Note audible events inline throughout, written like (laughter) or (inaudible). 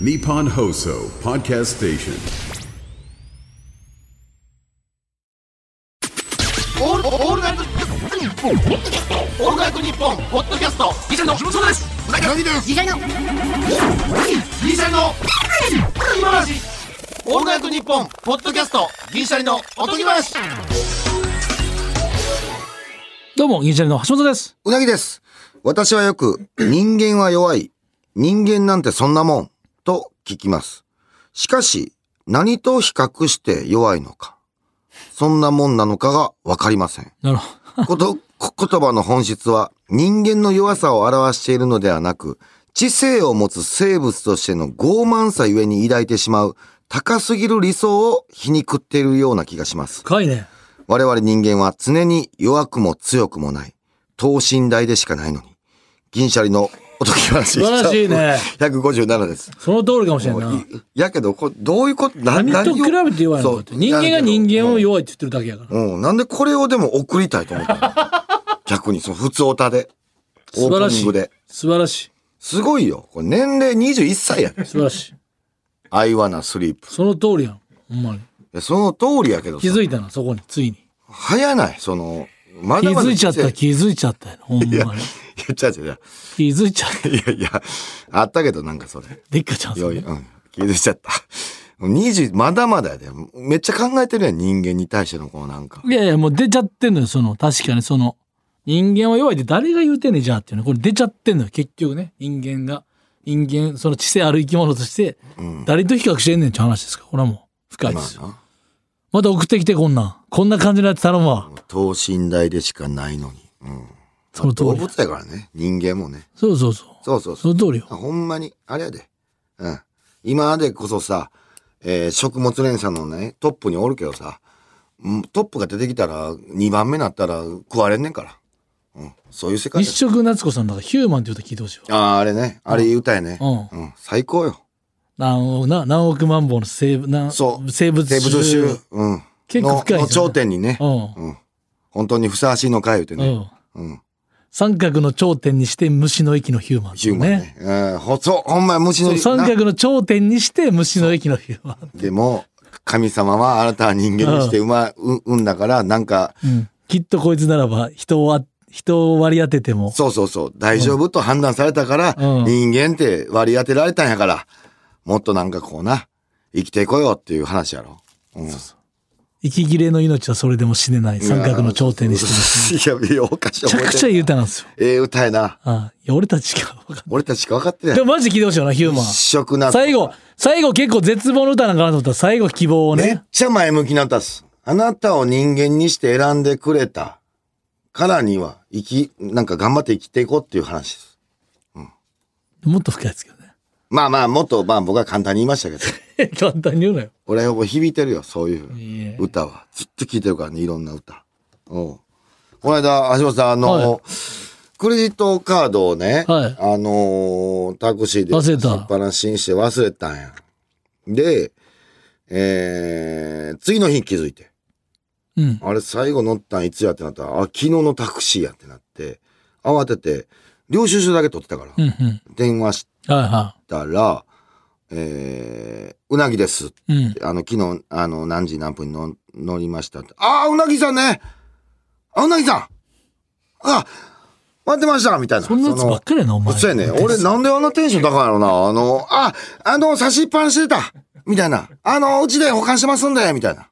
Nippon Hoso Podcast Station. オールオールナイトニッポンオールナイトニッポンポッドキャストギシャリのそうです何ですギシャリのギシャリの今話オールナイトニッポンポッドキャストギシャリのおとぎ話どうも、ギリシャリの橋本です。うなぎです。私はよく、人間は弱い。人間なんてそんなもん。と聞きます。しかし、何と比較して弱いのか。そんなもんなのかがわかりません。なるほど。こと、こ言葉の本質は、人間の弱さを表しているのではなく、知性を持つ生物としての傲慢さゆえに抱いてしまう、高すぎる理想を皮肉っているような気がします。深いね。我々人間は常に弱くも強くもない、等身大でしかないのに、銀シャリのおとぎ話素晴らしいね。 157です。その通りかもしれんな。もういやけど、こどういうこと、な何とを比べて弱いのかって。そう人間が人間をうん弱いって言ってるだけやから。うん、なんでこれをでも送りたいと思ったの逆に、その普通オタで。素晴らオープニしンいグで。。素晴らしすごいよ。これ年齢21歳やい。ね。素晴らしい。 I wanna sleep いその通りやん。ほんまに。や。その通りやけどさ気、づいたな、そこに。ついに。早ない。その、ま気だまだづいちゃった、い気づいちゃったよ。ほんまに。や、ちゃうちゃうちゃう気づいちゃった。いやいや、あったけどなんかそれ。でっかちゃんさよんい、ね。うん。気づいちゃった。もう20、まだまだやで。めっちゃ考えてるやん、人間に対してのこのなんか。いやいや、もう出ちゃってんのよ、その、確かにその、人間は弱いって誰が言うてんねんじゃあっていうね。これ出ちゃってんのよ、結局ね。人間が。人間、その知性ある生き物として、誰と比較してんねんって話ですから、これはもう、深いでますよ。あまた送ってきて、こんなん。こんな感じのやつ頼むわ。な、等身大でしかないのに。うん。その通動り物。やからね、人間もね。そうそうそう。そうそうそそう。の通りよ。ほんまに、あれやで。うん。今でこそさ、えー食物連鎖のね、トップにおるけどさ、うんトップが出てきたら、2番目なったら食われんねんから。うん。そういう世界一や色夏子さんだから、ヒューマンって言うと聞いてほしいわ。ああ、あれね。あれ言うたやね。ううん。最高よ。何億、な何億万本の生物、なそう。生物生物種。うん。の結構深いでのすよね頂点にね。ううん。本当にふさわしいのか言うてん。うね。ん。うん。三角の頂点にして虫の息のヒューマン、ヒューマンね。うん。ほそう、ほんまや虫そのう三な角の頂点にして虫の息のヒューマン。でも、神様はあなたは人間にして生ま、う産んだから、なんか、うんきっとこいつならば人をあ人を割り当ててもそうそうそう、大丈夫と判断されたから、うん人間って割り当てられたんやから、もっとなんかこうな、生きてこようっていう話やろ。うん。息切れの命はそれでも死ねない三角の頂点にしてもいや、いや、おかしい。めちゃくちゃいい言う。歌なんですよ。ええ歌やな。ああいや俺たちが分かんない俺たちしか分かってないで。もマジ聞いてほしいよなヒューマン。食な。最後最後結構絶望の歌なんかなと思ったら最後希望をめっね。ちゃ前向きな歌っす。あなたを人間にして選んでくれたからには、生き、なんか頑張って生きていこうっていう話です。もっと深いですけどね。 (laughs) まあまあ、もっと、まあ僕は簡単に言いましたけど、簡単に言うなよ。俺はもう響いてるよ、そういういえ歌は。ずっと聴いてるからね、いろんな歌。おうこの間、橋本さん、あの、はいクレジットカードをね、はいあのータクシーで忘れたっぱなしにして忘れたんや。で、えー、次の日気づいて。うん。あれ最後乗ったんいつやってなったら、あ、昨日のタクシーやってなって、慌てて、領収書だけ取ってたから、うんうん。電話しはいはたら、えー、うなぎですってい。うん。あの、昨日、あの、何時何分にの乗りましたって。ああ、うなぎさんねあ、うなぎさんあ、待ってましたみたいな。そんなやつばっかりやなお前。そうやね。俺なんであんなテンション高いんやろな。あの、あ、あの、差しっぱなしでた。みたいな。あの、うちで保管してますんで、みたいな。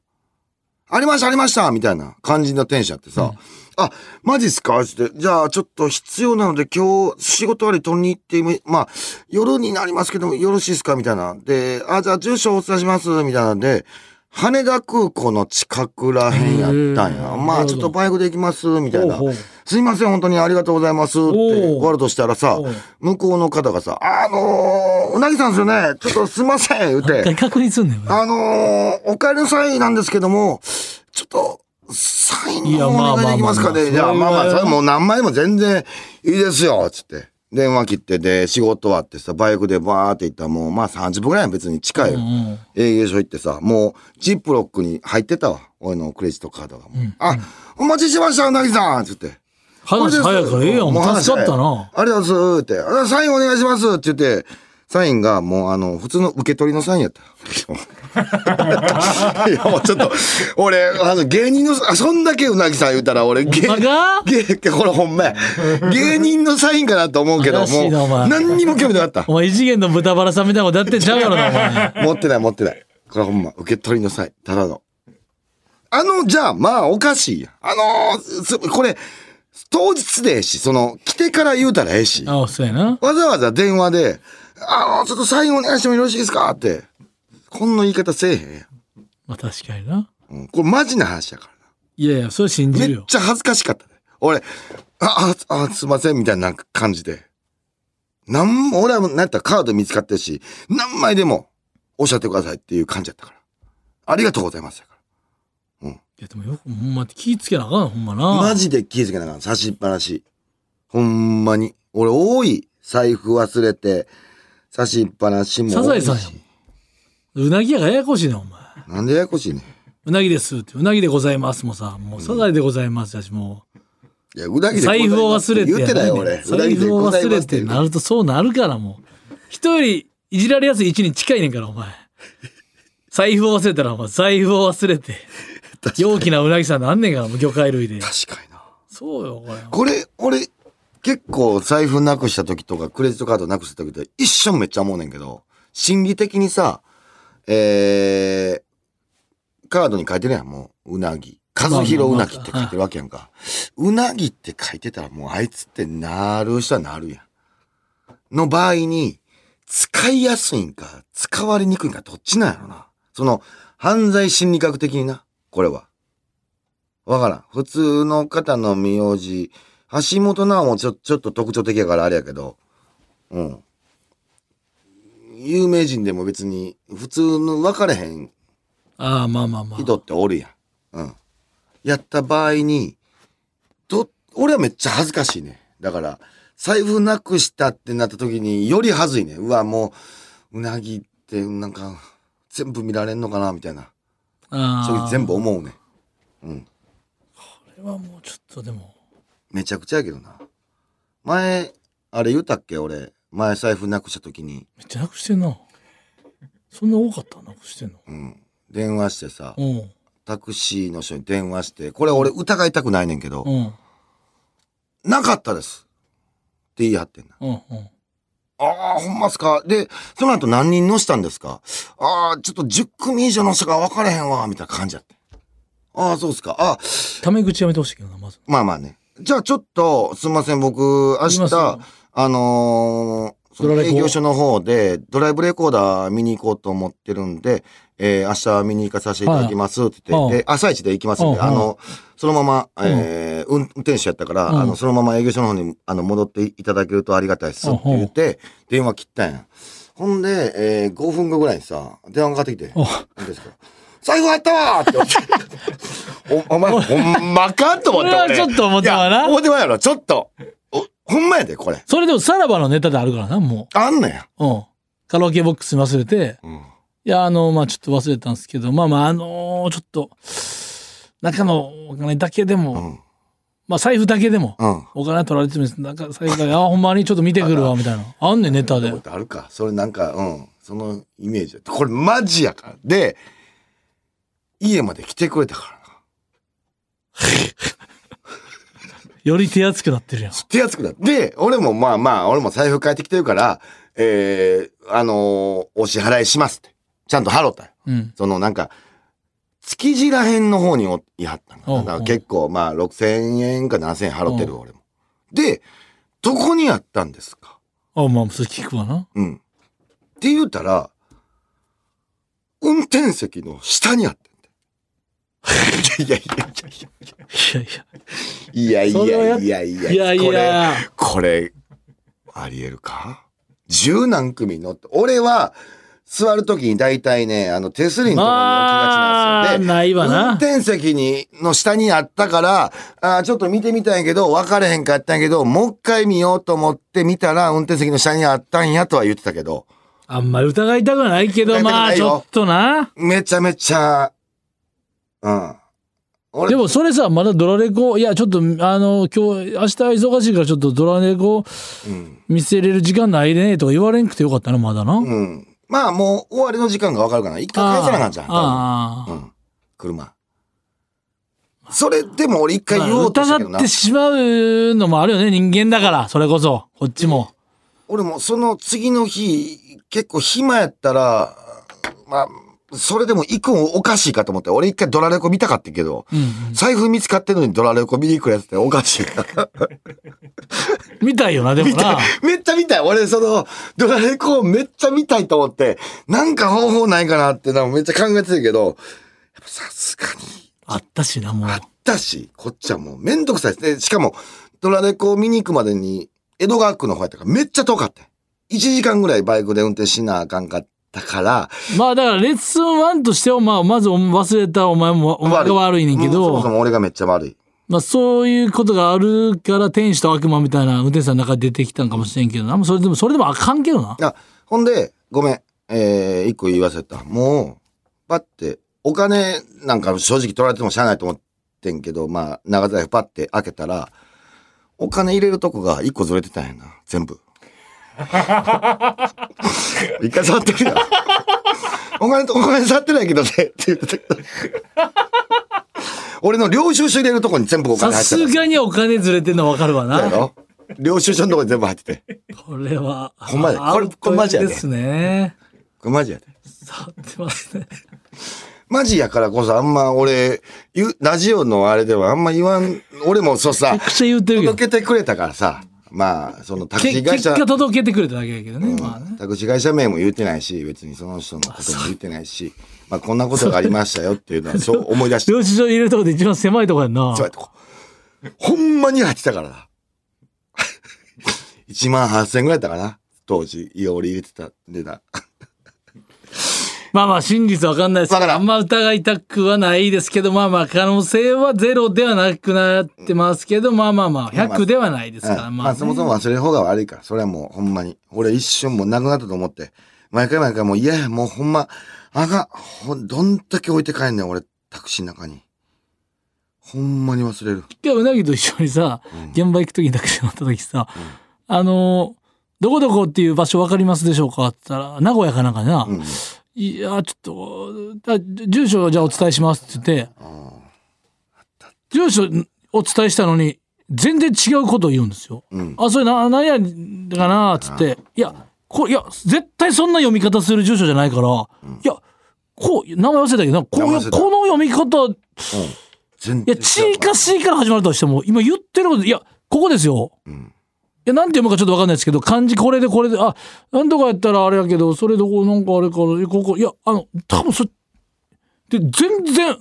ありました、ありました、みたいな感じのテンションやってさ。あ、マジっすかって。じゃあ、ちょっと必要なので今日、仕事終わり取りに行ってみ、まあ、夜になりますけども、よろしいですかみたいな。で、あ、じゃあ、住所お伝えします、みたいなんで、羽田空港の近くらへんやったんへや。ーまあ、ちょっとバイクで行きます、みたいなほうほう。すいません、本当にありがとうございます、って終わるとしたらさおう、向こうの方がさ、あのー、うなぎさんですよね、ちょっとすいません、言う一回て、確認すんねん。あのー、お帰りの際なんですけども、ちょっと、サインの方お願いできますかね。いじやゃまああ、まあまあままあ、あそそれはれもう何枚も全然いいですよ、つって。電話切ってで、仕事終わってさ、バイクでバーって行ったらもう、まあ30分ぐらいは別に近いよ。うん営業所行ってさ、もう、ジップロックに入ってたわ。俺のクレジットカードがもう。あ、お待ちしてました、うなぎさんつって。話早いからええやん。助かったな。ありがとうございます。って。あサインお願いします。って言って、サインがもうあの、普通の受け取りのサインや (laughs) った。いや、もうちょっと、俺、あの、芸人の、あ、そんだけうなぎさん言うたら、俺、芸ほんまか芸、これほんまや。芸人のサインかなと思うけど、正しも、いうなお前何にも興味なかった。お前異次元の豚バラさんみたいなことやってんちゃうやろな、お (laughs) 前。持ってない持ってない。これほんま、受け取りの際、ただの。あの、じゃあ、まあ、おかしいやん。あのーすこれ、当日でええし、その、来てから言うたらええし、わああ、そうやな。ざわざ電話で、あの、ちょっとサインお願いしてもよろしいですかって、こんな言い方せえへんやまあ確かにな。ん。うん、これマジな話やからいやいや、それ信じな。るめっよ。ちゃ恥ずかしかった、ね。俺、あ、あ、あ、すいません、みたいな感じで。なんも、俺はもうなんやったらカード見つかってるし、何枚でもおっしゃってくださいっていう感じやったから。ありがとうございますやから。いや、でもよく、ほんま気ぃつけなあかん、ほんまな。マジで気づけなかった。差しっぱなし。ほんまに。俺多い。財布忘れて、差しっぱなしも多いし。サザエさんやうなぎやがややこしいな、お前。なんでややこしいねうなぎですって、うなぎでございますもさ、もうサザエでございますやし、もん。いや、うなぎう、でござい財ます布を忘れてや言ね。ってない俺。うな財ぎで布ごをざい忘まれすってて言うなるとそうなるから、もう。人よりいじられやすい位置に近いねんから、お前。財布を忘れたら、お前、財布を忘 (laughs) れて。陽気なうなぎさんなんねんから、もう魚介類で。確かにな。そうよ、これ。これ、俺、結構財布なくした時とか、クレジットカードなくした時って一瞬めっちゃ思うねんけど、心理的にさ、えー、カードに書いてるやん、もう、うなぎ。和弘うなぎって書いてるわけやんか。うなぎって書いてたらもうあいつってなる人はなるやん。の場合に、使いやすいんか、使われにくいんか、どっちなんやろな。その、犯罪心理学的にな、これは。わからん。普通の方の名字、橋本直もちょ、ちょっと特徴的やからあれやけど、うん。有名人でも別に、普通の分かれへんああ、まあまあまあ。人っておるやん。うん。やった場合に、ど、俺はめっちゃ恥ずかしいね。だから、財布なくしたってなった時により恥ずいね。うわ、もう、うなぎってなんか、全部見られんのかなみたいな。あそういうあ。全部思うね。これはもうちょっとでも。めちゃくちゃやけどな。前、あれ言ったっけ俺。前財布なくした時に、めっちゃなくしてんな。そんな多かったなくしてんの。うん。電話してさ、うん。タクシーの人に電話して、これ俺疑いたくないねんけど、うん。なかったですって言い張ってんな。うん。うん。ああ、ほんますか。で、その後何人乗したんですかああ、ちょっと10組以上の人が分かれへんわ、みたいな感じやって。ああ、そうっすか。あタメ口やめてほしいけどな、まず。まあまあね。じゃあちょっと、すみません、僕、明います日よ、あのーそドのラレコ営業所の方で、ドライブレコーダー見に行こうと思ってるんで、えー、明日見に行かさせていただきますって言って、はいで、朝一で行きますんで、うんあの、そのまま、えー運運転手やったから、うんあの、そのまま営業所の方に、あの、戻っていただけるとありがたいですって言って、電話切ったんや。ほんで、えー、5分後ぐらいにさ、電話かかってきて、お何ですか財布あったわーって思って。 (laughs) おお前、ほんまかと思って。これは俺ちょっと思ってまうないや思ってまうやろ、ちょっと。おほんまやで、これ。それでもさらばのネタであるからな、もあんのや。う。うん。カラオケボックスに忘れて、うん。いや、あの、まあちょっと忘れたんですけど、まあまああのーちょっと、中のお金だけでも、うん。まあ財布だけでも、うん。お金取られてるんです。なんか財布だけ、あ、ほんまにちょっと見てくるわ、みたいな。あんねん、ネタで。ことあるか。それなんか、うん。そのイメージやったこれマジやから。で、家まで来てくれたからな。より手厚くなってるやん。手厚くなって。で、俺もまあまあ、俺も財布変えてきてるから、えー、あのーお支払いしますって。ちゃんと払ったよ。うん。そのなんか、築地らへんの方においはったのかおうな。おうだから結構まあ6000円か7000円払ってるわ俺も。で、どこにあったんですかあ、まあそれ聞くわな。うん。って言うたら、運転席の下にあって (laughs) んて。いやいやいやいやいや。いそれはややいやいやいやいこれ、や。これ、ありえるか十何組乗って、俺は、座るときに大体ね、あの手すりのところに置きがちなんですよ。でまあ、ないわ運な。転席に、の下にあったから、あーちょっと見てみたんやけど、分かれへんかったんやけど、もう一回見ようと思って見たら、運転席の下にあったんやとは言ってたけど、あんまり疑いたくはないけ疑ど、いたくまなあいちよょっとな。めちゃめちゃ、うん。俺でもそれさ、まだドラレコ、いや、ちょっと、あの、今日、明日忙しいから、ちょっとドラレコ、見せれる時間ないね、とか言われんくてよかったな、まだな。あうん。まあもう終わりの時間がわかるかな。一回返さなあかんじゃん。あ多分うん。車。それでも俺一回言おうとしたけど疑なって。しまうのもあるよね、人間だから、それこそ、こっちも。俺もその次の日、結構暇やったら、まあ、それでも行くんおかしいかと思って。俺一回ドラレコ見たかったけど、財布見つかってんのにドラレコ見に行くやつっておかしいな。見たいよな、でもな。めっちゃ見たい。俺、その、ドラレコめっちゃ見たいと思って、なんか方法ないかなって、なんかめっちゃ考えてるけど、やっぱさすがに、あったしな、もうあ。ったし、こっちはもうめんどくさいです。でしかも、ドラレコを見に行くまでに、江戸川区の方やったからめっちゃ遠かった。1時間ぐらいバイクで運転しなあかんかったから、まあだからレッスン1としては、まあまず忘れたお前も、お前が悪いねんけうんそもそど、も俺がめっちゃ悪い。まあそういうことがあるから天使と悪魔みたいな運転手さんの中で出てきたんかもしれんけどな、もうそれでも、それでもあかんけどな。あ、ほんで、ごめん。えー、一個言わせた。もう、パって、お金なんか正直取られてもしゃあないと思ってんけど、まあ、長財布パって開けたら、お金入れるとこが一個ずれてたんやな。全部。一回触ってるやん。お金と、お金触ってないけどね。って言ってたけど。俺の領収書入れるとこに全部お金さ入ってたす。がにお金ずれてんの分かるわ (laughs) そうやな。ろ領収書のとこに全部入ってて。これは。ほんまやこれアウトこれマジやでですね。これマジやで。触ってますね。マジやからこそあんま俺、言うラジオのあれではあんま言わん、俺もそうさめちゃ、くちゃ言ってるけど。届けてくれたからさ、まあ、そのタクシけー会結社、果届けてくれただけやけどね。まあね。タクシー会社名も言ってないし、別にその人のことも言ってないし、まあこんなことがありましたよっていうのは、そう思い (laughs) 出して、領収書入れるとこで一番狭いとこやんなそう。やってこうほんまに入ってたからな。1万8000円ぐらいだったかな。当時、いや俺入れてた、出た。まあまあ真実わかんないですわからんあんま疑いたくはないですけど、まあまあ可能性はゼロではなくなってますけど、まあまあまあ100ではないですから。うまあ、んまあそもそも。も忘れる方が悪いから、それはもうほんまに。俺一瞬もうなくなったと思って、毎回毎回もういやもうほんま、あが、ほん、どんだけ置いて帰んねん、俺、タクシーの中に。ほんまに忘れる。一回うなぎと一緒にさ、現場行く時にタクシー乗った時さ、あのー、どこどこっていう場所わかりますでしょうかって言ったら、名古屋かなんかな。うん。いや、ちょっと、あ住所をじゃあお伝えしますって言って、あ住所お伝えしたのに、全然違うことを言うんですよ。うんあ、それな、何やかなっつって、いや、こいや、絶対そんな読み方する住所じゃないから、いや、こう、名前忘れたけどな、こ名前う忘れたこの読み方、い全や、然。ちいかしいから始まるとしても、今言ってること、いや、ここですよ。んいや、なんて読むかちょっとわかんないですけど、漢字これでこれで、あ、なんとかやったらあれやけど、それどこ、なんかあれから、えここ、いや、あの、多分そ、で、全然、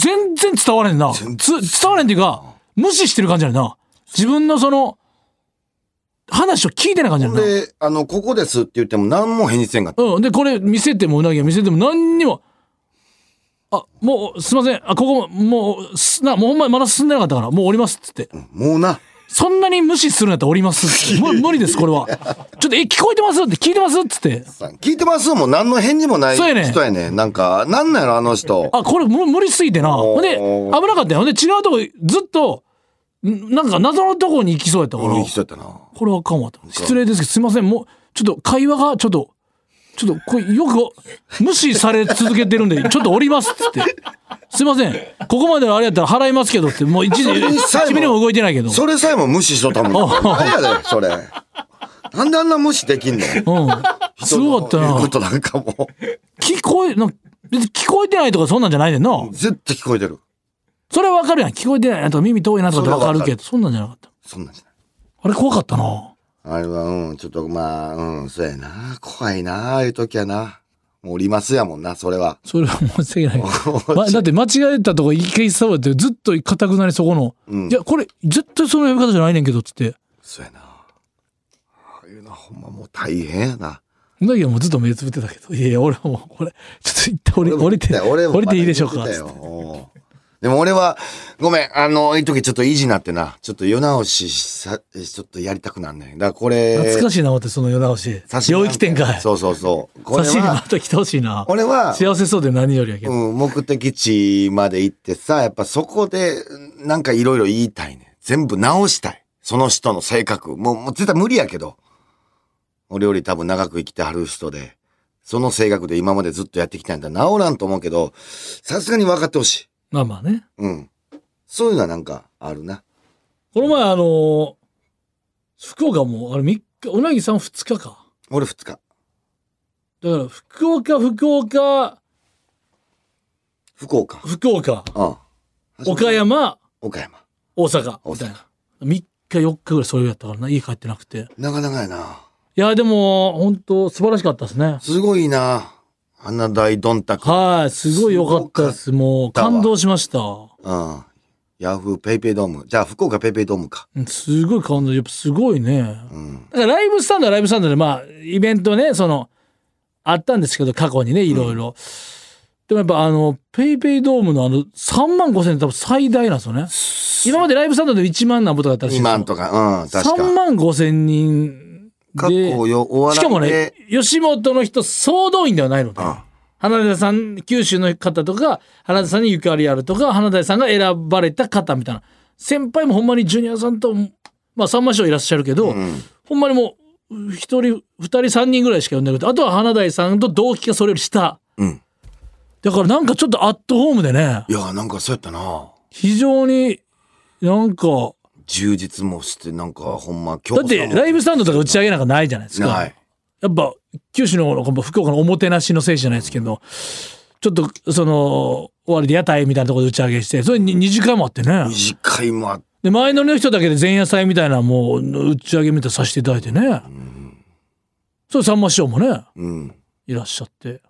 全然伝われんな。つ全然伝われんっていうか、無視してる感じやな。自分のその、話を聞いてない感じやほんな。で、あの、ここですって言っても何も返事せんかった。うん。で、これ見せてもうなぎは見せても何にも、あ、もう、すいません。あ、ここも、もう、すな、もうほんまにまだ進んでなかったから、もう降りますっつって。もうな。そんなに無視するんやったら降りますって。もう無理です、これは。ちょっと、え、聞こえてますって聞いてますっつって。聞いてますもん何の返事もないそ人うややねねんなんか、なんなんやろ、あの人。あ、これむ無理すぎてな。おーほんで、危なかったよ。ほんで、違うとこ、ずっと、んなんか謎のとこに行きそうやったから。俺行きそうやったな。これはあかんわと。失礼ですけど、すいません。もう、ちょっと会話が、ちょっと、ちょっと、これよく、無視され続けてるんで、ち (laughs) ょっと降りますっつって。すいません。ここまでのあれやったら払いますけどって、もう一時、れさえも1ミリも動いてないけど。それさえも無視しとった (laughs) もん。何やで、それ。なんであんな無視できんのうん。すごかった言うなこ。となんかもう、聞こえ、なん別に聞こえてないとかそんなんじゃないねんな。絶対聞こえてる。それはわかるやん。聞こえてないなとか耳遠いなとかってわかるけど、そんなんじゃなかった。そんなんじゃない。あれ怖かったな。あれは、うん、ちょっと、まあ、うん、そうやな。怖いな、ああいう時はな。もう、おりますやもんな、それは。それは (laughs) 申し訳ない。ま、だって間違えたとこ一回触ってずっと固くなりそこの、いや、これ絶対その呼び方じゃないねんけどっつって。そうやな。ああいうのは、ほんまもう大変やな。うなぎはもうずっと目つぶってた (laughs) けど、いやいや、俺はもうこれ、ちょっと一旦降り降りて、俺も降りていいでしょうかまっだつ言っっててたよでも俺は、ごめん、あの、いい時ちょっと維持になってな、ちょっと世直しさ、ちょっとやりたくなんねん。だからこれ、懐かしいな思ってその世直し刺身領域展開そうそうそう。これ刺身まは、た来てほしいな俺は、幸せそうで何よりやけど、うん、目的地まで行ってさ、やっぱそこで、なんかいろいろ言いたいね。全部直したい。その人の性格。もう、もう絶対無理やけど。俺より多分長く生きてはる人で、その性格で今までずっとやってきたんだ。直らんと思うけど、さすがに分かってほしい。まあまあねうん。そういうのはなんかあるな。この前あのー福岡もあれ3日うなぎさん2日か俺二日。だから福岡福岡福岡。福岡うん。岡。山岡山。大阪大阪みたいな3日4日ぐらいそれをやったからな家帰ってなくてなかなかやな。いやでも本当素晴らしかったですねすごいな。花大どんたく。はいすごい良かったですもうたわ感動しましたうん。ヤフーペイペイドーム。じゃあ、福岡ペイペイドームか。うんすごい感動やっぱすごいねうん。だからライブスタンドはライブスタンドでまあイベントねそのあったんですけど過去にねいろいろ、でもやっぱあのペイペイドームのあの3万5千円多分最大なんですよね今までライブスタンドで1万なんぼとかだったらしい2万とか。うん、確か。 3万5千人過で去よ、お笑いで。しかもね、吉本の人総動員ではないので、花田さん九州の方とか花田さんにゆかりあるとか花田さんが選ばれた方みたいな先輩もほんまにジュニアさんと、まあ、さんま師匠いらっしゃるけど、ほんまにもう一人二人三人ぐらいしか呼んでなくてあとは花田さんと同期がそれより下、うんだからなんかちょっとアットホームでねいや、なんかそうやったな。非常になんか充実もして、なんか、ほんま、今だってライブスタンドとか打ち上げなんかないじゃないですか。ない。やっぱ九州の方のこの福岡のおもてなしのせいじゃないですけどちょっとその終わりで屋台みたいなところで打ち上げしてそれに2時間もあってね短いもあっで前乗りの人だけで前夜祭みたいなもう打ち上げみたいなのさせていただいてねそれさんま師匠もねうん。いらっしゃって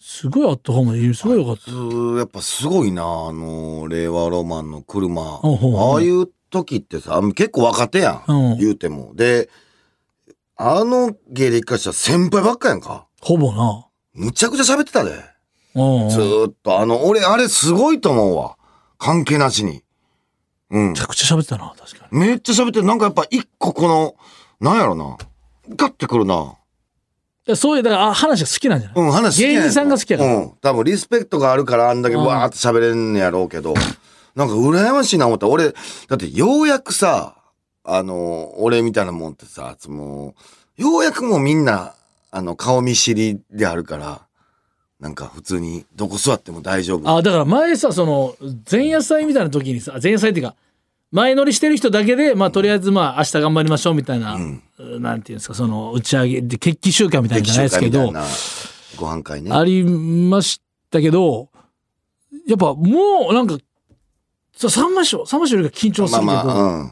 すごいアットホームですごいよかったやっぱすごいな、あの、令和ロマンの車。ほうほうほうああいう時ってさ、結構若手やうんん。言うても。で、あの芸歴化したら先輩ばっかやんか。ほぼなむちゃくちゃ喋ってたで。うんめずちーっと、あの、俺、あれすごいと思うわ。関係なしに。うん。ゃくちゃ喋ってたな確かにめっちゃ喋ってる。なんかやっぱ一個この、なんやろな。ガってくるな。でそういうだからあ話が好きなんじゃない、うん、話好きや芸人さんが好きやからうん。多分リスペクトがあるからあんだけうんわーって喋れんねやろうけど、なんか羨ましいな思った。俺、だってようやくさ、あの、俺みたいなもんってさ、その、ようやくもうみんな、あの、顔見知りであるから、なんか普通にどこ座っても大丈夫。あだから前さその前夜祭みたいな時にさ前夜祭っていうか前乗りしてる人だけでまあとりあえずまあ明日頑張りましょうみたいな、なんていうんですかその打ち上げで決起集会みたいなのじゃないですけ劇場ど会みたいなご飯会ね。ありましたけどやっぱもうなんかそうさんま師匠さんま師匠よりか緊張すまるあけど、まあ、うん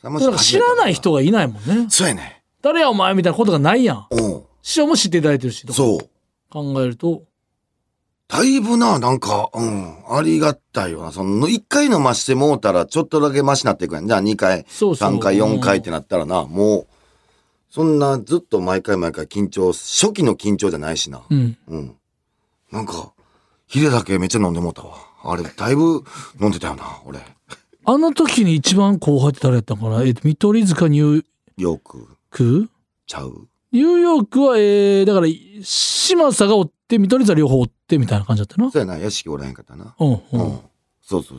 さんまなんさんか初知めてらだない人がいないもんねそうやね。誰やお前みたいなことがないやんおう師匠も知っていただいてるしとかそう。考えるとだいぶな、なんか、うん、ありがたいよな。その、一回の増してもうたら、ちょっとだけ増しなっていくやん。じゃあ、二回、そうそう三回、四回ってなったらな、もう、そんな、ずっと毎回毎回緊張、初期の緊張じゃないしな。うんうん。なんか、ヒレだけめっちゃ飲んでもうたわ。あれ、だいぶ飲んでたよな、俺。あの時に一番後輩って誰やったのかな、えっと見取り図かニューよく、クちゃう。ニューヨークは、えー、だから、嶋佐が追って、見取り図は両方追って、みたいな感じだったな。そうやな、屋敷おらへんかったな。うん、う。うんん。そうそうそうそう。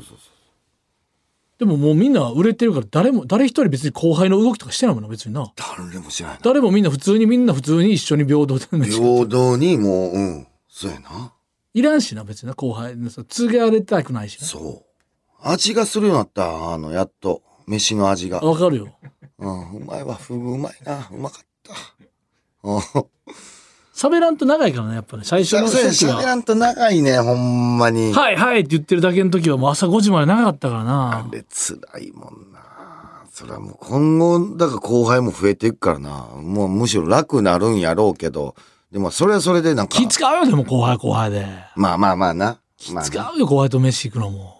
でももうみんな売れてるから、誰も、誰一人別に後輩の動きとかしてないもんな、別にな。誰も知らないな。誰もみんな普通に、みんな普通に一緒に平等で。平等に、もう、うん。そうやな。いらんしな、別にな、後輩。そう継がれたくないしな。そう。味がするようになった。あの、やっと。飯の味が。わかるよ。うん、うまいわ。フグうまいな。うまかった。うん。喋らんと長いからね、やっぱね、最初のそうや、時喋は。らんと長いね、ほんまに。はいはいって言ってるだけの時は、もう朝5時まで長かったからあな。れ、辛いもんな。それはもう今後、だから後輩も増えていくからな。もうむしろ楽なるんやろうけど。でも、それはそれでなんか気。使うよ、でも後輩後輩で。まあまあまあな。まあな使うよ、後輩と飯行くのも。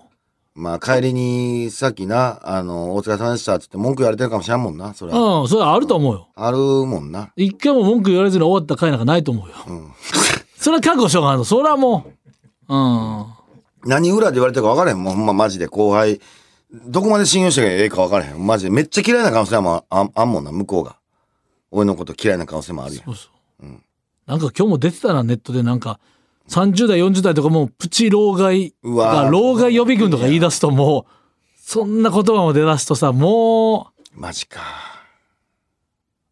まあ帰りに、さっきな、あの、お疲れ様でしたってって文句言われてるかもしれんもんな。それは。うん、それはあると思うよ。あるもんな。一回も文句言われずに (laughs) 終わった回なんかないと思うよ。それは覚悟しようがないの。それはもう。うん。何裏で言われてるか分からへんもん。ほんまマジで後輩、どこまで信用してええか分からへん。マジで。めっちゃ嫌いな可能性もあんあんもんな、向こうが。俺のこと嫌いな可能性もあるやん。そうそう。なんか今日も出てたな、ネットでなんか、30代、40代とかもうプチ老害うわが、ー老害予備軍とか言い出すともう、そんな言葉も出だすとさ、もう、マジか。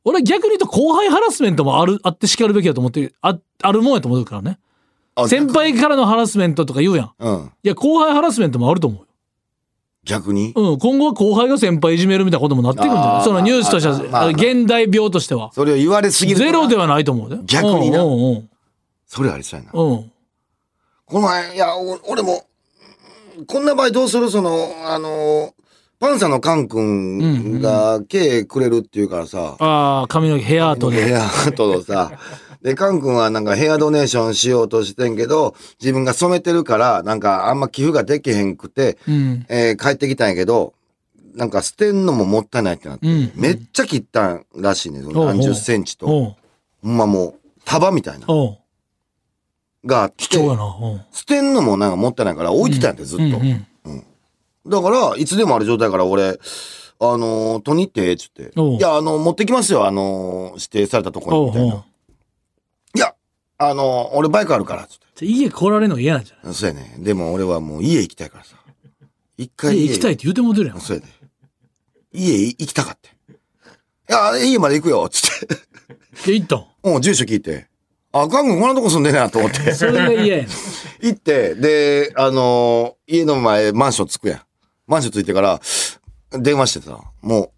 俺は逆に言うと後輩ハラスメントもある、あって叱るべきだと思ってる。あ、あるもんやと思うからね。あ先。輩からのハラスメントとか言うやん。逆うん。いや、後輩ハラスメントもあると思うよ。逆に、うん、今後は後輩が先輩いじめるみたいなこともなってくるんじゃあなーいそのニュースとしては、まあまああの現代病としては。それを言われすぎる。ゼロで。はないと思うで。逆になうんうんそれありそうやな。うん。うん。この前、いや、お俺も、うんこんな場合どうするその、あの、パンサーのカン君が、K くれるっていうからさ、ああ、髪の毛ヘアアートで。ヘアアートのさ、で、カン君はなんかヘアドネーションしようとしてんけど、自分が染めてるから、なんかあんま寄付ができへんくて、うん。えー帰ってきたんやけど、なんか捨てんのももったいないってなって、うんめっちゃ切ったんらしいね、そおのう何十センチと。おうほんまもう、束みたいな。おうがあって、貴重やな。おう捨てんのもなんかもったいないから置いてたんやって、ずっうんうと。ん。だから、いつでもある状態やから俺、あのー、とにって、つって。おういや、あのー持ってきますよ、あのー指定されたところおに、うみたいおなう。いや、あのー俺バイクあるから、つって。じゃあ家来られるのが嫌なんじゃないそうやね。でも俺はもう家行きたいからさ。一回家行きたいって言うてもうてるや (laughs) ん。そうやね。家行きたかって。いや、家まで行くよ、つって。 (laughs) で、行ったん。うん、住所聞いて。あ、カン君こんなとこ住んでんねやと思 (laughs) って。それが嫌やねん。行って、で、あのー家の前、マンション着くやん。マンション着いてから、電話してさ、もう、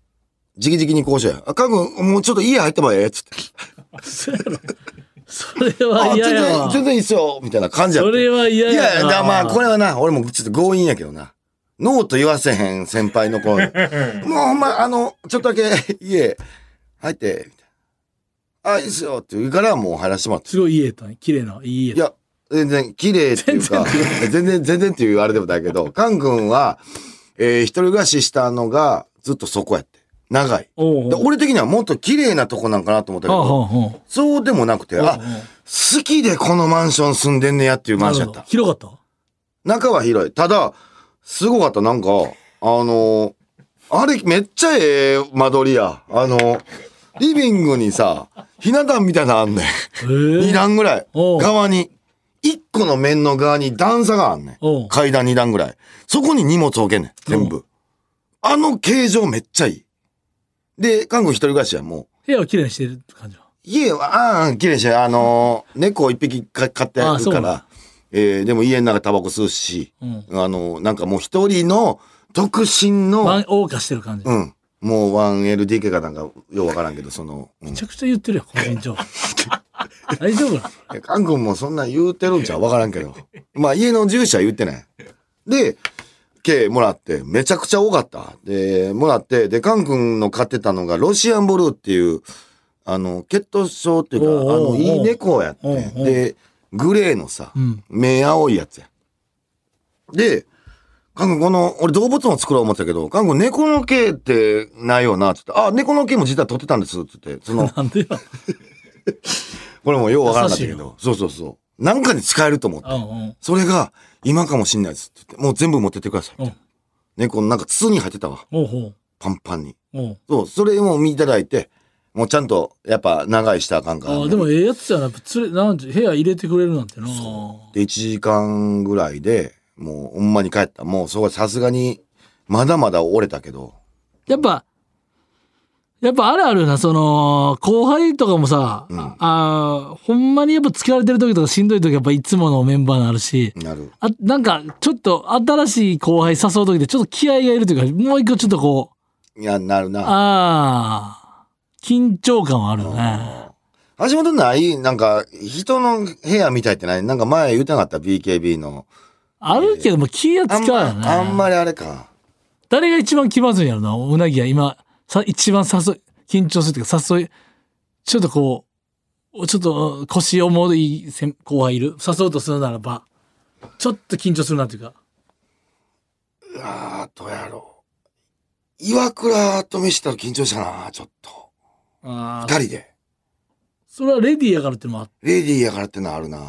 じきじきにこうしようや。あ、カン君、もうちょっと家入ってばええ、つって。そやろそれあ、は全嫌や然、わ。全然いいっすよ、みたいな感じやっそた。れは嫌いやわやいや、だまあ、これはな、俺もちょっと強引やけどな。ノーと言わせへん先輩の子。もうほんま、あの、ちょっとだけ家入って、みたいな。あ、いいっすよって言うからもう入らせてもらって。すごい家やったね。綺麗な、いい家い。や、全然綺麗っていうか、全然、全然っていうあれでもないけど、カン君は、えー一人暮らししたのがずっとそこやって。長い。おうおうで俺的にはもっと綺麗なとこなんかなと思ったけはあど、はあはそうでもなくて、あ、好きでこのマンション住んでんねやっていうあ。マンションやったなるほど。広かっ中は広い。ただ、すごかった。なんか、あのーあれめっちゃええ間取りや。あのーリビングにさ、ひな壇みたいなのあんねん。たへ2え。段ぐらい。おう側に。1個の面の側に段差があんね。おうん階段2段ぐらい。そこに荷物置けんねん。全部。あの形状めっちゃいい。で、韓国一人暮らしや、もう。部屋を綺麗にしてるって感じは。家は、ああ、綺麗にして、あのー猫を一匹か飼ってあああるそうかなんだら、えーでも家の中タバコ吸うし、うん。あの、なんかもう一人の独身まのん、謳歌してる感じ。うめん、もう 1LDK かなんかようわからんけど、その、うんちゃくちゃ言ってるやん、個人情 (laughs) 報。大丈夫なのいやカン君もそんなん言うてるんちゃうわからんけど。まあ家の住所は言ってない。で、K もらって、めちゃくちゃ多かった。で、もらって、で、カン君の飼ってたのがロシアンブルーっていう、あの、血糖症っていうか、おうおうおうあの、いい猫やっておうおうで、グレーのさ、うん目青いやつや。で、カン君この、俺動物も作ろう思ってたけど、カン君猫の毛ってないよな、つって、あ、猫の毛も実は取ってたんです、つって、その、なんでよ。これもようわからなかったけ優しいど。そうそうそう。なんかに使えると思って。うんうん。それが、今かもしんないですって言って、もう全部持ってってください。うみたいんな。猫のなんか筒に入ってたわ。おうほう。パンパンに。おうそう、それも見ていただいて、もうちゃんと、やっぱ、長いしたらあかんから。ああ、でもええやつやな。つれ、なんて、部屋入れてくれるなんてな。で、1時間ぐらいで、もう、ほんまに帰った。もう、そこはさすがに、まだまだ折れたけど。やっぱ、やっぱあるあるな、その、後輩とかもさ、ああーほんまにやっぱ疲れてる時とかしんどい時やっぱいつものメンバーになるし、なる。あなんかちょっと新しい後輩誘う時でちょっと気合がいるというか、もう一個ちょっとこう、いや、なるな。ああ、緊張感はあるよね。橋本ないなんか、人の部屋みたいってないなんか前言ってなかった ?BKB の。あるけども気があ使んうよま、あんね。まりあれか。誰が一番気まずいんやろな、うなぎは今、さ一番誘い、緊張するというか誘い、ちょっとこう、ちょっと腰重い先後輩いる誘うとするならば、ちょっと緊張するなというか。あーどうやろう。岩倉と飯と緊張したな、ちょっと。あー二人で。それはレディーやからっていうのもあっレディーやからってのはあるな。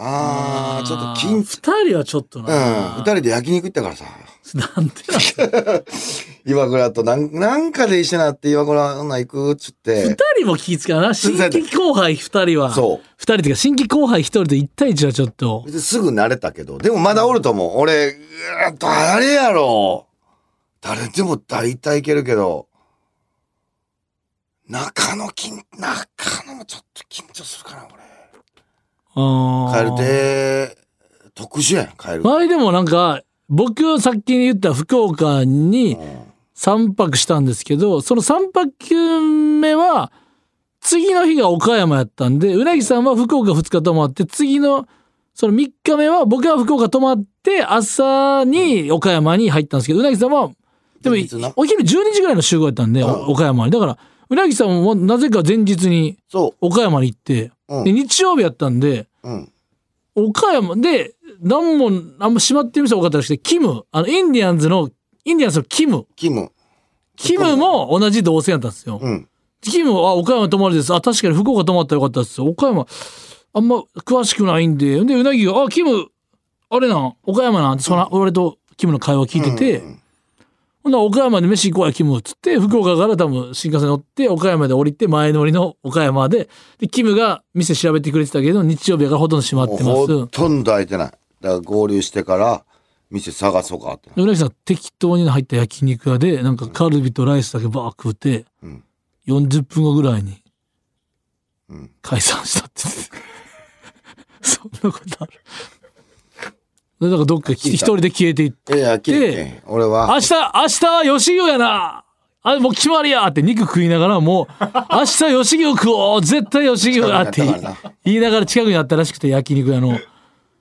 あー、ちょっと金、うん、二人はちょっとな。二人で焼肉行ったからさ。なんてなんだ岩倉となん、なんかで一緒になって岩倉ほな行くっつって。二人も気ぃ使 (laughs) うな。新規後輩二人は。そう二人っていうか、新規後輩一人と一対一はちょっと。別にすぐ慣れたけど、でもまだおると思う。俺、うわ誰やろ誰でも大体いけるけど、中野緊、中野もちょっと緊張するかな、これ。カエル蛙亭、特殊やん、カエル。前でもなんか、僕さっき言った福岡に3泊したんですけど、その3泊目は、次の日が岡山やったんで、うなぎさんは福岡2日泊まって、次の、その3日目は僕は福岡泊まって、朝に岡山に入ったんですけど、うなぎさんは、でも前日な、お昼12時ぐらいの集合やったんで、お岡山に。だから、うなぎさんはなぜか前日にそ岡山に行って、うんで日曜日やったんで、う。うん。岡山で、何も、あんま閉まってる店多かったらしくて、キム、あの、インディアンズの、インディアンズのキム、キム。キムも同じ同棲やったんですよ。うん。キムは、あ、岡山泊まりです。あ、確かに福岡泊まったらよかったです。岡山、あんま詳しくないんで。で、うなぎが、あ、キム、あれなん、岡山なんって、その、俺とキムの会話聞いてて、ほんなら岡山で飯行こうや、キム、つって、福岡から多分新幹線乗って、岡山で降りて、前乗りの岡山で、で、キムが店調べてくれてたけど、日曜日やからほとんど閉まもっうてます。ほとんど空いてない。だから合流してから、店探そうかってな。浦木さん適当に入った焼肉屋でなんかカルビとライスだけバー食うて、ん40分後ぐらいにん解散したって (laughs) 言ってたそんなことあるでだからどっかいた一人で消えていっていやいや、きで俺「は明、日明日吉行やなあもう決まりや!」って肉食いながらも (laughs) う「明日吉行食おう絶対吉行や!」って近言くいにあったからな言いながら近くにあったらしくて焼肉屋の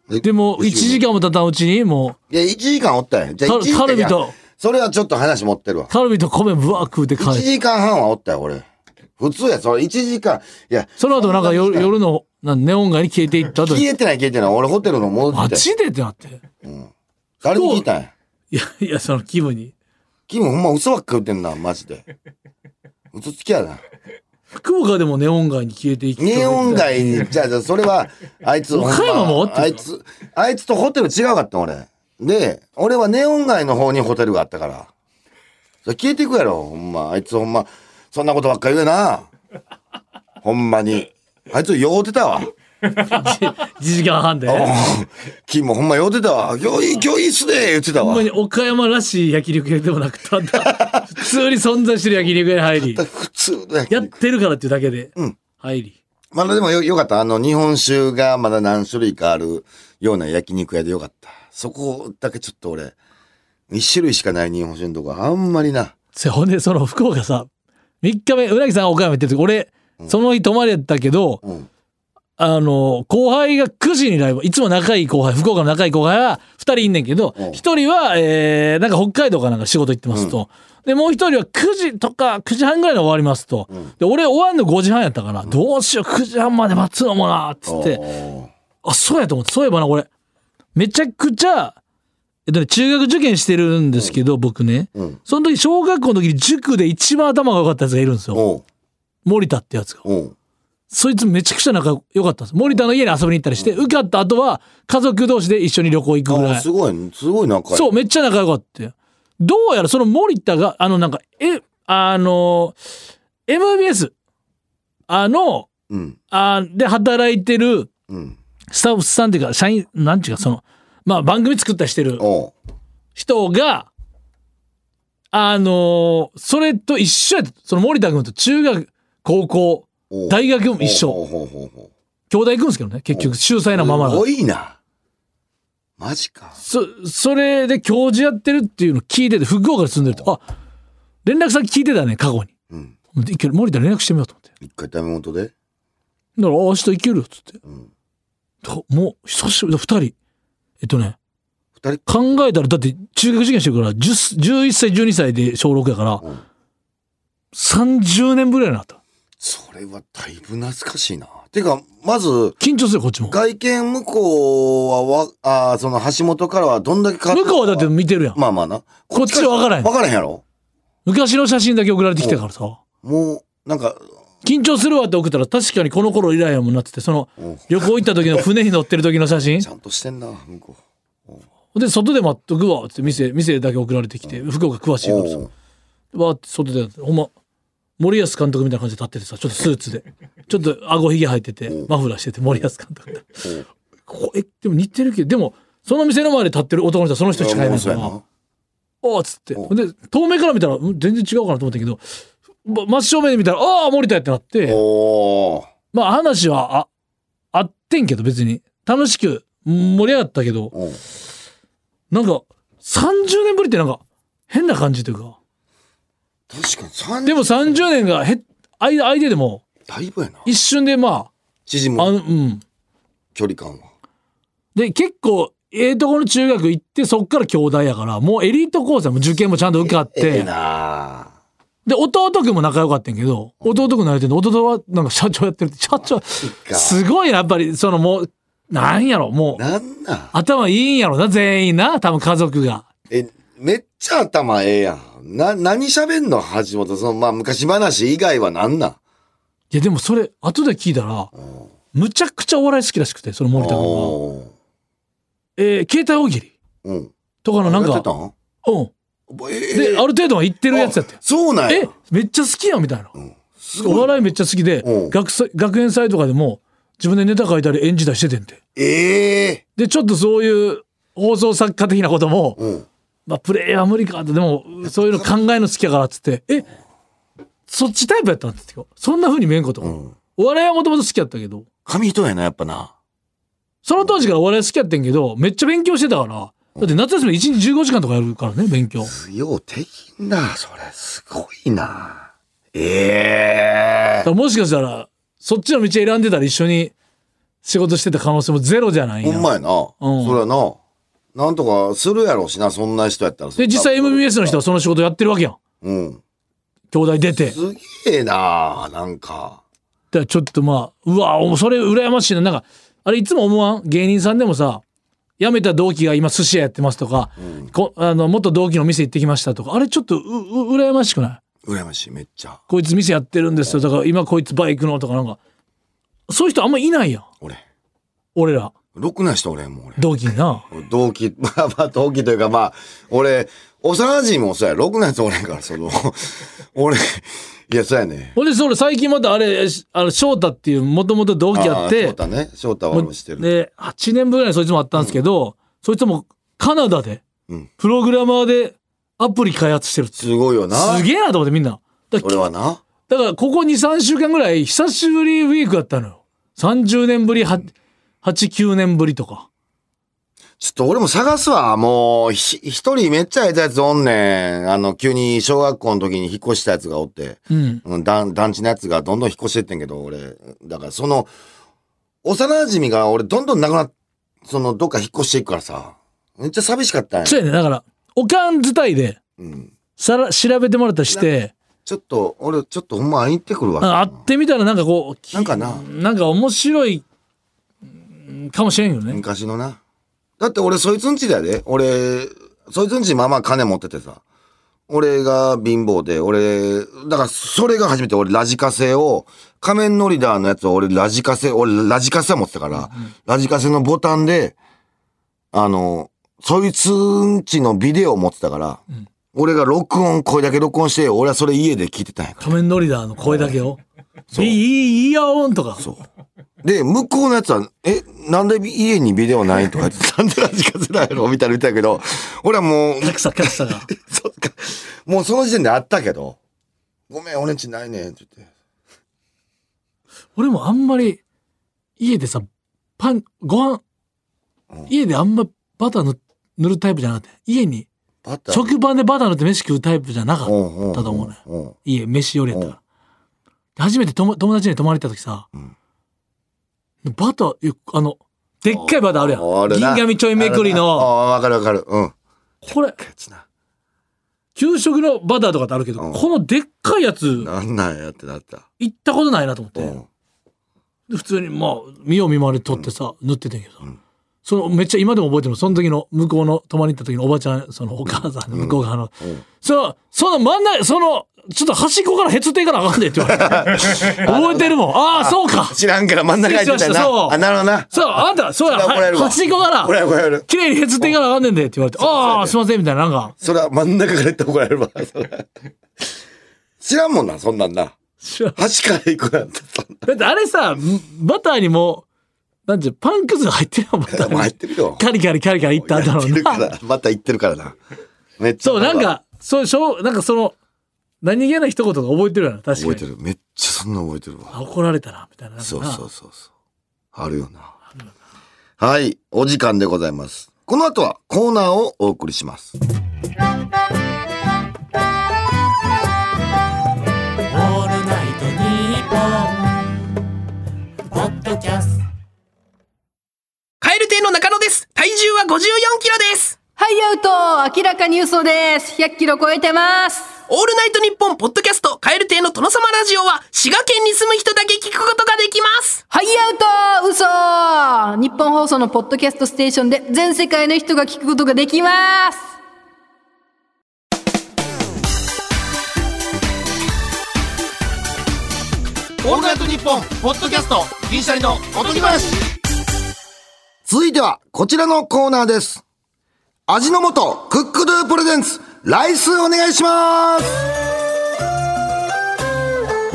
でも1時間。間も経たんうちにもういや、1時間おったよ。じゃあカ1ル時間。カルビとそれはちょっと話持ってるわ。カルビと米ブワー食うて帰っ1て。時間半はおったよ、俺。普通や、それ1時間。いや、その後なんかそん夜な時間夜のなんネオン街に消えていったと。消えてない、消えてない。俺ホテルの戻マってきて。ジでってなって。誰に聞いたんや。いやいや、その気分に。キムほんま嘘ばっか言ってんな、マジで。嘘つきやな。福岡でもネオン街に消えていきネオン街に、じゃあ、じゃあそれは、あいつ、ほんま岡山もおったあいつ、あいつとホテル違うかったん、俺。で、俺はネオン街の方にホテルがあったから。それ消えていくやろ、ほんま。あいつほんま、そんなことばっか言うな。ほんまに。あいつ、酔うてたわ。 (laughs) 1時間半で。ほキムほんま酔うてたわ。今日いい、今日いいっすね言ってたんわま。に岡山らしい焼肉屋でもなくただ、普通に存在してる焼肉屋に入り、普通だやってるからっていうだけで、入り。まだでもよ、よかった。あの、日本酒がまだ何種類かあるような焼肉屋でよかった。そこだけちょっと俺、一種類しかない日本酒のとこ、あんまりな。せほんで、その福岡さ、3日目、うなぎさんが岡山行ってる時、俺、その日泊まれたけど、うん。あの、後輩が9時にライブ、いつも仲いい後輩、福岡の仲いい後輩は2人いんねんけど、うん1人は、えー、なんか北海道かなんか仕事行ってますと。で、もう1人は9時とか9時半ぐらいに終わりますと。で、俺終わんの5時半やったから、どうしよう、9時半まで待つのもな、っつって。おあ、そうやと思って、そういえばな、俺。めちゃくちゃ、えっとね、中学受験してるんですけど、僕ね。うんその時、小学校の時に塾で一番頭が良かったやつがいるんですよ。おう森田ってやつが。おうそいつめちゃくちゃ仲良かったんです。森田の家に遊びに行ったりして、受かった後は家族同士で一緒に旅行行くぐあらい。すごい、すごい仲いい。そう、めっちゃ仲良かったよ。どうやらその森田が、あのなんか、え、あの、MBS、あの、うん。あで働いてるうん。スタッフさんっていうか、社員、なんていうか、その、まあ番組作ったりしてるおう人が、あのそれと一緒やった。その森田君と中学、高校、おう大学も一緒。おうおうおうおう兄弟行くんですけどね、結局、秀才なまますなんでごいな。マジか。そ、それで教授やってるっていうの聞いてて、福岡に住んでると、あ、連絡先聞いてたね、過去に。うん。でいける、森田連絡してみようと思って。一回ダメ元で。だから、あ明日行けるよ、つって。うん。ともう、久しぶりだ、二人。えっとね、二人、考えたら、だって中学受験してるから、10 11歳、12歳で小6やから、うん30年ぶりやなと。それはだいぶ懐かしいな。てか、まず、緊張するよ、こっちも。外見向こうはわ、あーその橋本からはどんだけ変わ向ったこうはだって見てるやん。まあまあな。こっちは分からへん分からへんやろ昔の写真だけ送られてきたからさ。もう、なんか、緊張するわって送ったら確かにこの頃以来やもんなっててその旅行行った (laughs) 時の船に乗ってる時の写真ちゃんとしてんな、向こ。で外で待っとくわって店店だけ送られてきて福岡詳しいうからさおうわーって外でほんま森保監督みたいな感じで立っててさちょっとスーツでちょっと顎ひげ入っててマフラーしてて森保監督だこえでも似てるけどでもその店の前で立ってる男の人はその人しかいないかそうらやな「おーっつってほんで遠目から見たらうん全然違うかなと思ったけどま真正面で見たら「ああ森田」ってなっておーまあ話はああってんけど別に楽しく盛り上がったけどおうなんか30年ぶりってなんか変な感じというか確かに三でも30年がへ間相手でもだいぶやな。一瞬でま縮ああむのうん距離感は。で結構ええとこの中学行ってそっから兄弟やからもうエリート講座も受験もちゃんと受かっええてなで弟くんも仲良かったんやけど弟くん慣れてんの弟はなんか社長やってるって社長かすごいなやっぱりそのもうなんやろもうなんなん頭いいんやろな全員な多分家族がえ、めっちゃ頭ええやん。な、何喋んの橋本。その、まあ、昔話以外はなんなんいやでもそれ後で聞いたらむちゃくちゃお笑い好きらしくてその森田君は、おーえー携帯大喜利うん。とかのなやんってかたんうんええである程度は言ってるやつやったよそうなんやえ。めっちゃ好きやんみたいな、すおごい。笑いめっちゃ好きでうん学祭学園祭とかでも自分でネタ書いたり演じたりしててんてええでちょっとそういう放送作家的なことも、うん。まあ、プレイは無理かってでもそういうの考えの好きやからっつってえそっちタイプやったんですよそんな風に見えんこと、んお笑いはもともと好きやったけど紙一重やな、やっぱな。その当時からお笑い好きやってんけどめっちゃ勉強してたからだって夏休み1日15時間とかやるからね勉強ようできんな、それ。すごいな。ええだからもしかしたらそっちの道選んでたら一緒に仕事してた可能性もゼロじゃないほんまやな。うんそれはな。なんとかするやろうしな、そんな人やったら。で実際 MBS の人はは。その仕事やってるわけやんうん。兄弟出てだかすげえな、なんか。らちょっとまあうわそれ羨ましいななんかあれいつも思わん芸人さんでもさ辞めた同期が今寿司屋やってますとか、こあの元同期の店行ってきましたとかあれちょっとうう羨ましくない羨ましい、めっちゃ。こいつ店やってるんですよだから今こいつバイクのとかなんかそういう人あんまいないやん俺。俺らろくな人俺もう同期に (laughs) な俺。同期、まあまあ同期というかまあ、俺、幼馴染もそうや、ろくな人俺から、その、 (laughs) 俺、いや、そうやね。ほんでそれ最近またあれしあの翔太っていうもともと同期やっあー翔て太ね、翔太は俺もしてる。で8年分ぐらいそいつもあったんですけど、そいつもカナダで、うんプログラマーでアプリ開発してるっつすごいよな。すげえなと思ってみんなだ俺はな。だからここ23週間ぐらい久しぶりウィークだったのよ30年ぶり89年ぶりとかちょっと俺も探すわ。もう、ひ一人めっちゃええやつおんねん。あの、急に小学校の時に引っ越したやつがおって、うんうん、団団地のやつがどんどん引っ越してってんけど、俺。だからその、幼馴染が俺どんどんなくなっ、その、どっか引っ越していくからさ、めっちゃ寂しかったんや。そうやねだからおかん伝いでうん。さら調べてもらったりしてちょっと、俺、ちょっとほんま会いに行ってくるわ。あ会ってみたらなんかこうきなんかななんか面白いうんかもしれんよね昔のな。だって俺、そいつんちだよで。俺、そいつんちまあまあ金持っててさ。俺が貧乏で、俺、だからそれが初めて俺ラジカセを、仮面ノリダーのやつを俺ラジカセ、俺ラジカセ持ってたから、ラジカセのボタンで、あの、そいつんちのビデオを持ってたから、俺が録音、声だけ録音して、俺はそれ家で聞いてたんやから。仮面ノリダーの声だけを「いいいいよーん」とかで、向こうのやつは、え、なんで家にビデオないとか言って、 (laughs) なんでラジカセないのみたいな言ってたけど、俺はもう、格差格差がそっか。もうその時点であったけど、ごめん、俺んちないねんって言って。 (laughs) 俺もあんまり家でさパンご飯家であんまバター塗塗るタイプじゃなくて家にバター。食パンでバター塗って飯食うタイプじゃなかっうんうんたと思うねうんうん家飯寄りやったからで初めて友友達に泊まりに行った時さ、バターいやあのでっかいバターあるやあんるな銀紙ちょいめくりあるなのあわかるわかる。うん。これ給食のバターとかってあるけど、うんこのでっかいやつなんなんやってなった。行ったことないなと思って、うん。で普通にまあ見よう見まねで撮ってさ、塗っててんけどさ、そのめっちゃ今でも覚えてるのその時の向こうの泊まりに行った時のおばちゃんそのお母さんの向こう側の、そのその真ん中そのちょっと端っこからへつっていかなあかんでって (laughs) 言われて。覚えてるもん。ああ、そうか。知らんから真ん中入ってたよ失礼しましたそうな。あ、なるほどな。そう、あんた、そうや、それは怒られるわ端っこか怒られる怒られらる、綺麗にへつっていかなあかんねんでって言われて、ああ、すいません、みたいな、なんか、それは真ん中から言って怒られる (laughs) わ。それ知らんもんな、そんなんな。知らん端から行くなんて、そんだってあれさ、バターにもう、なんていうのパンくずが入ってるやん、バ (laughs) な。タもうー入っに。てるよ。カリカリカリカリいったんだろう入ってるかな。ら、 (laughs) また行ってるからな。めっちゃ。そう、なん。か、そう、しょう、なんかその、何気ない一言が覚えてるやな、確か覚に。えてる。めっちゃそんな覚えてるわ。あ怒られたな、みたいな。なんかそうなそうそうそう。あるよな。はい、お時間でございます。この後はコーナーをお送りします。カエル亭の中野です。体重は54キロです。ハイアウト明らかに嘘です。100キロ超えてます。オールナイトニッポンポッドキャスト、カエル亭の殿様ラジオは、滋賀県に住む人だけ聞くことができます。ハイアウト嘘日本放送のポッドキャストステーションで全世界の人が聞くことができます。オールナイトニッポンポッドキャスト銀シャリのおとぎ話続いてはこちらのコーナーです。味の素クックドゥプレゼンツライスお願いします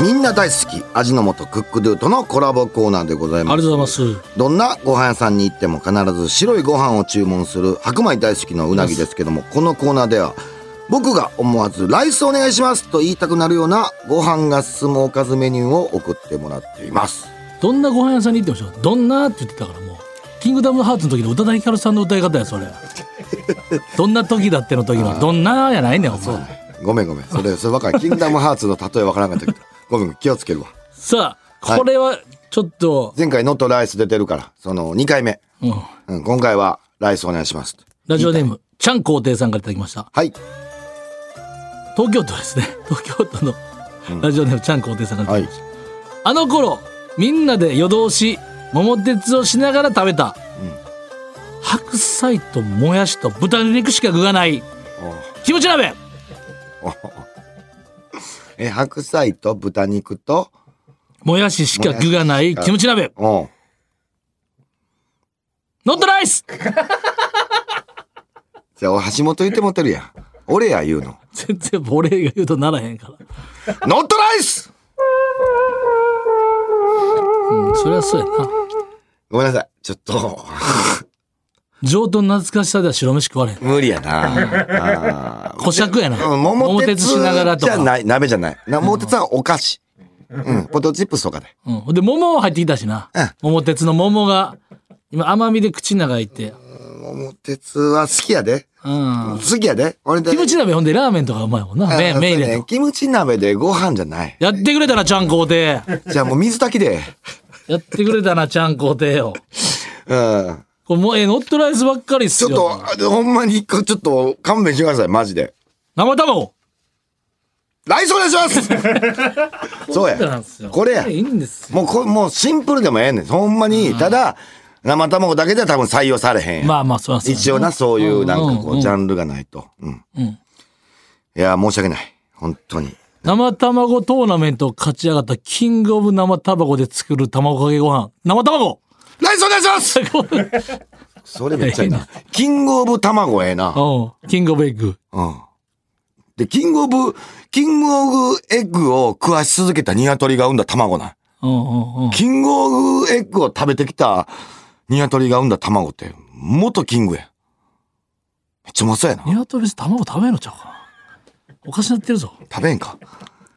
みんな大好き味の素クックドゥとのコラボコーナーでございあまりがす。とうございます。どんなご飯屋さんに行っても必ず白いご飯を注文する白米大好きのうなぎですけども、このコーナーでは僕が思わずライスお願いしますと言いたくなるようなご飯が進むおかずメニューを送ってもらっています。どんなご飯屋さんに行ってもしょどんなって言ってたからもうキングダムハーツの時の宇多田ヒカルさんの歌い方 (laughs) やそれどんな時だっての時のどんなやないねんお前ごめんごめん。それ、それ若い。キングダムハーツの例えわからなかったけど。ごめんごめん、気をつけるわ。さはあいこれはちょっと、前回ノットライス出てるから、その2回目。うん、うん、今回はライスお願いします。ラジオネームちゃん皇帝さんからいただきましたはい。東京都ですね東京都のラジオネームちゃん皇帝さんからいただきました、はい。あの頃、みんなで夜通し、桃鉄をしながら食べた。白菜ともやしと豚肉しか具がない。キムチ鍋え、白菜と豚肉と、もやししか具がないもやししかキムチ鍋うん。ノットライス (laughs) じゃあ、お橋本言ってもってるやん。俺や言うの。全然俺が言うとならへんから。ノットライスうん、そりゃそうやな。ごめんなさい。ちょっと、上等の懐かしさでは白飯食われへん。無理やな。 (laughs) あー古尺やな。うん、桃桃鉄鉄しながらとじゃか。ない、鍋じゃない。な桃鉄はお菓子。うん、ポテトチップスとかで。うん、で、桃入ってきたしな。桃鉄の桃が、今甘みで口の中いって。桃鉄は好きやで。うん。好きやで。俺で。キムチ鍋ほんでラーメンとかうまいもんな。あ麺、麺入そうれとね。キムチ鍋でご飯じゃない。やってくれたな、ちゃん皇帝。じゃあもう水炊きで。やってくれたな、ちゃん皇帝よ。うん。これもう、え、ノットライスばっかりっすちょよ。っと、あほんまに一個ちょっと勘弁してください、マジで。生卵来週お願いします (laughs) そうなやんですよ。。これやい。いんですよ。もうこ、もうシンプルでもええねん。ほんまに、ただ、生卵だけじゃ多分採用されへんやん。まあまあ、そうなんですよ。一応な、そういうなんかこうんうんうう、んジャンルがないと。うん。いや、申し訳ない。本当に。生卵トーナメントを勝ち上がったキングオブ生卵で作る卵かけご飯。生卵来週お願いします (laughs) それめっちゃいいな。キングオブ卵ええな。うん。キングオブエッグ。うん。で、キングオブ、キングオブエッグを食わし続けた鶏が産んだ卵な。うんうんうん。キングオブエッグを食べてきた鶏が産んだ卵って、元キングや。めっちゃうまそうやな。ニワトリス卵食べんのちゃうかな。おかしなってるぞ。食べんか。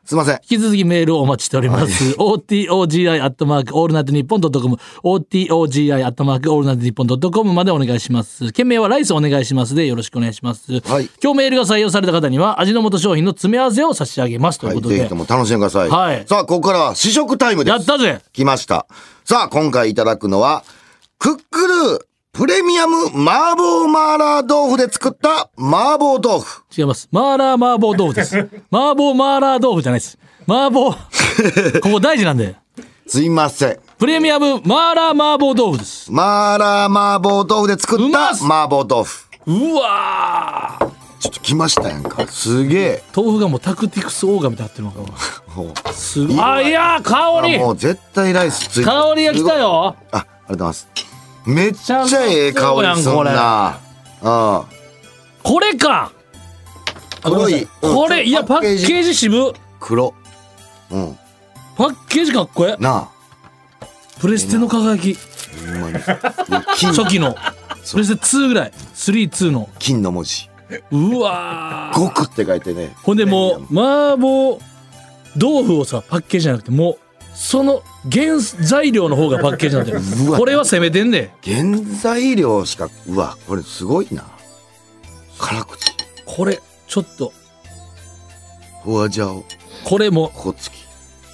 すいません。引き続きメールをお待ちしております。otogi アットマークオールナイトニッポンドットコム otogi アットマークオールナイトニッポンドットコムまでお願いします。件名はライスお願いしますでよろしくお願いします。はい今日メールが採用された方には味の素商品の詰め合わせを差し上げますといはうこい、とで。ぜひとも楽しんでください。はいさあ、ここからは試食タイムです。やったぜ来ました。さあ、今回いただくのは、クックループレミアム麻婆麻辣豆腐で作った麻婆豆腐。違います。マーラー麻婆豆 (laughs) 腐です。麻婆マーラー豆腐じゃないです。麻婆、ここ大事なんで。すいません。プレミアムマーラー麻婆豆腐です。麻辣麻婆豆腐で作うっまたっす麻婆豆腐。うわーちょっと来ましたやんか。すげえ。豆腐がもうタクティクスオーガみたいになってるのかなもうすごいあいやーあ香りもう絶対ライスついてる香りが来た。よあ、ありがとうございます。めっちゃええ香りすんな。あこれか黒い。うんこれいやパッケージ。渋黒。うん。パッケージかっこええなあ。プレステの輝きほんまに。金初期のプレステ2ぐらい32の金の文字。うわー極って書いてね。ほんでもう麻婆豆腐をさパッケージじゃなくてもうその原材料の方がパッケージになってうるわこれは攻めてんで原材料しか、うわ、これすごいな。辛口。これちょっとフォアジャオ、これもコツキ。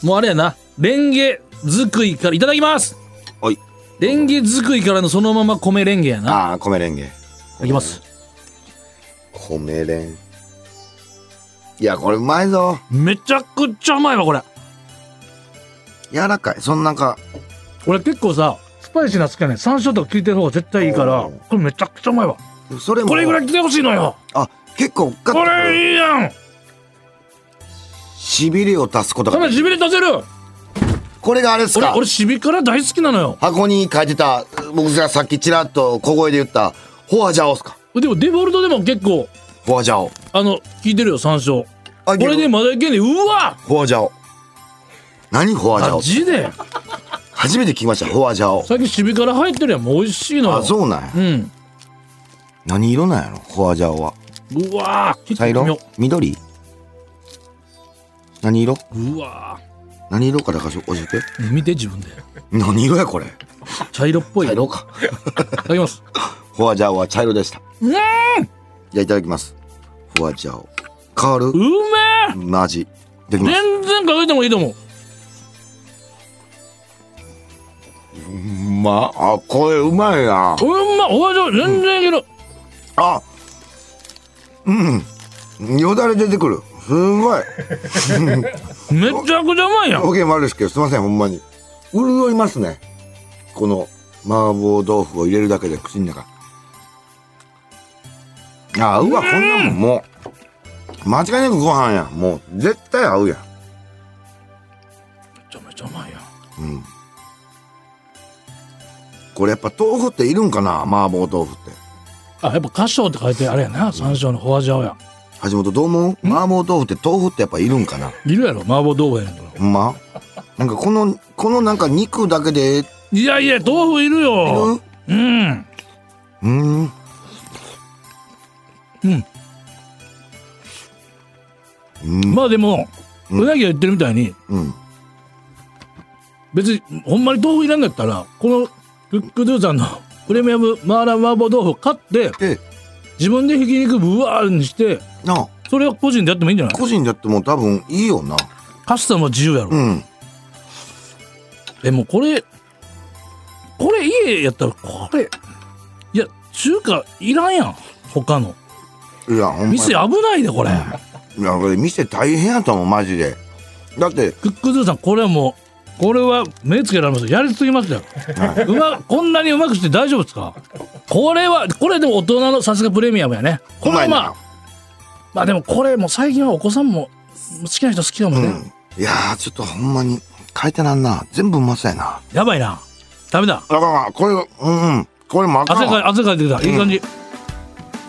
もうあれやなレンゲ作りからいただきますはい。レンゲ作りからのそのまま米レンゲやなああ、米レンゲ。いきます米レン。いや、これうまいぞ。めちゃくちゃうまいわこれ柔らかい。そんなんか、俺結構さスパイシーな好きやねん山椒とか効いてる方が絶対いいからおーこれめちゃくちゃうまいわそれも。これぐらい来てほしいのよあ、結構、ガッことれいいやんしびれを足すことこがれ。しびれ出せるこれがあれです俺か俺しびから大好きなのよ箱に書いてた、僕がさっきちらっと小声で言った、フォアジャオっすかでもデフォルトでも結構フォアジャオ。あの効いてるよ山椒あこれでまだいけんねうわフォアジャオ。何フォアジャマオジで初めて聞きました、フォアジャオ。最近しびから入ってるやんもう美味しいのよあ、そうなんや。うん何色なんやろフォアジャオは。うわー茶色緑何色うわ何色かだから教えて。ー見て自分で何色やこれ茶色っぽい茶い色か。ただきますフォアジャオは茶色でした。うんうじゃあいただきます。フォアジャオ。変わるめえマジ。できます。全然かけてもいいと思ううまあ、これうまいな。うんまお味全然いける、あうん。よだれ出てくる。すごい。めちゃくちゃうまいやん表現悪いですけど、すいません、ほんまに。潤いますね。この麻婆豆腐を入れるだけで口の中。あ、うわ、こんなもん、もう。間違いなくご飯やん。もう、絶対合うやん。めちゃめちゃうまいやんこれやっぱ豆腐っているんかな麻婆豆腐って。あやっぱ花椒って書いてあれやな山椒のフォアジャオや橋本どう思う麻婆豆腐って豆腐ってやっぱいるんかないるやろ麻婆豆腐やねんからほんまなんかこの、このなんか肉だけで、いやいや豆腐いるようんうん。うん。まあでも、うなぎが言ってるみたいにうん。別にほんまに豆腐いらんかったらこのクックドゥさんのプレミアムマーラー麻婆豆腐を買ってえ、自分でひき肉ぶわーにしてなあ、それを個人でやってもいいんじゃない個人でやっても多分いいよな。カスタムは自由やろ、うん。えもうこれこれ家やったらこれいや中華いらんやん他のいや、ほんまに店危ないでこれ、いや、これ店大変やと思う、マジで。だって、クックズーさんこれはもうこれは目つけられますよやりすぎましたよ、うまこんなにうまくして大丈夫ですかこれはこれでも大人のさすがプレミアムやねこれはうままいあなまあでもこれもう最近はお子さんも好きな人好きかもね、いやー、ちょっとほんまに、書いてなんな。全部うまそうやな。やばいなダメだだから、これ、うんうん。これもあか汗んかいわ。汗かいてきたいい感じ、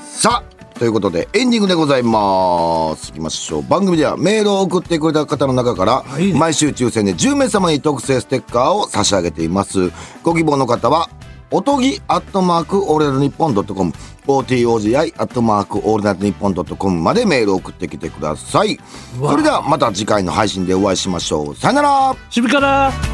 さあ、ということで、エンディングでございます。いきましょう。番組ではメールを送ってくれた方の中から、い毎週抽選で10名様に特製ステッカーを差し上げています。ご希望の方は、おとぎアットマークオールナイトニッポンドットコム OTOGI アットマークオールナイトニッポンドットコムまでメールを送ってきてくださいそれではまた次回の配信でお会いしましょうさよならしびからー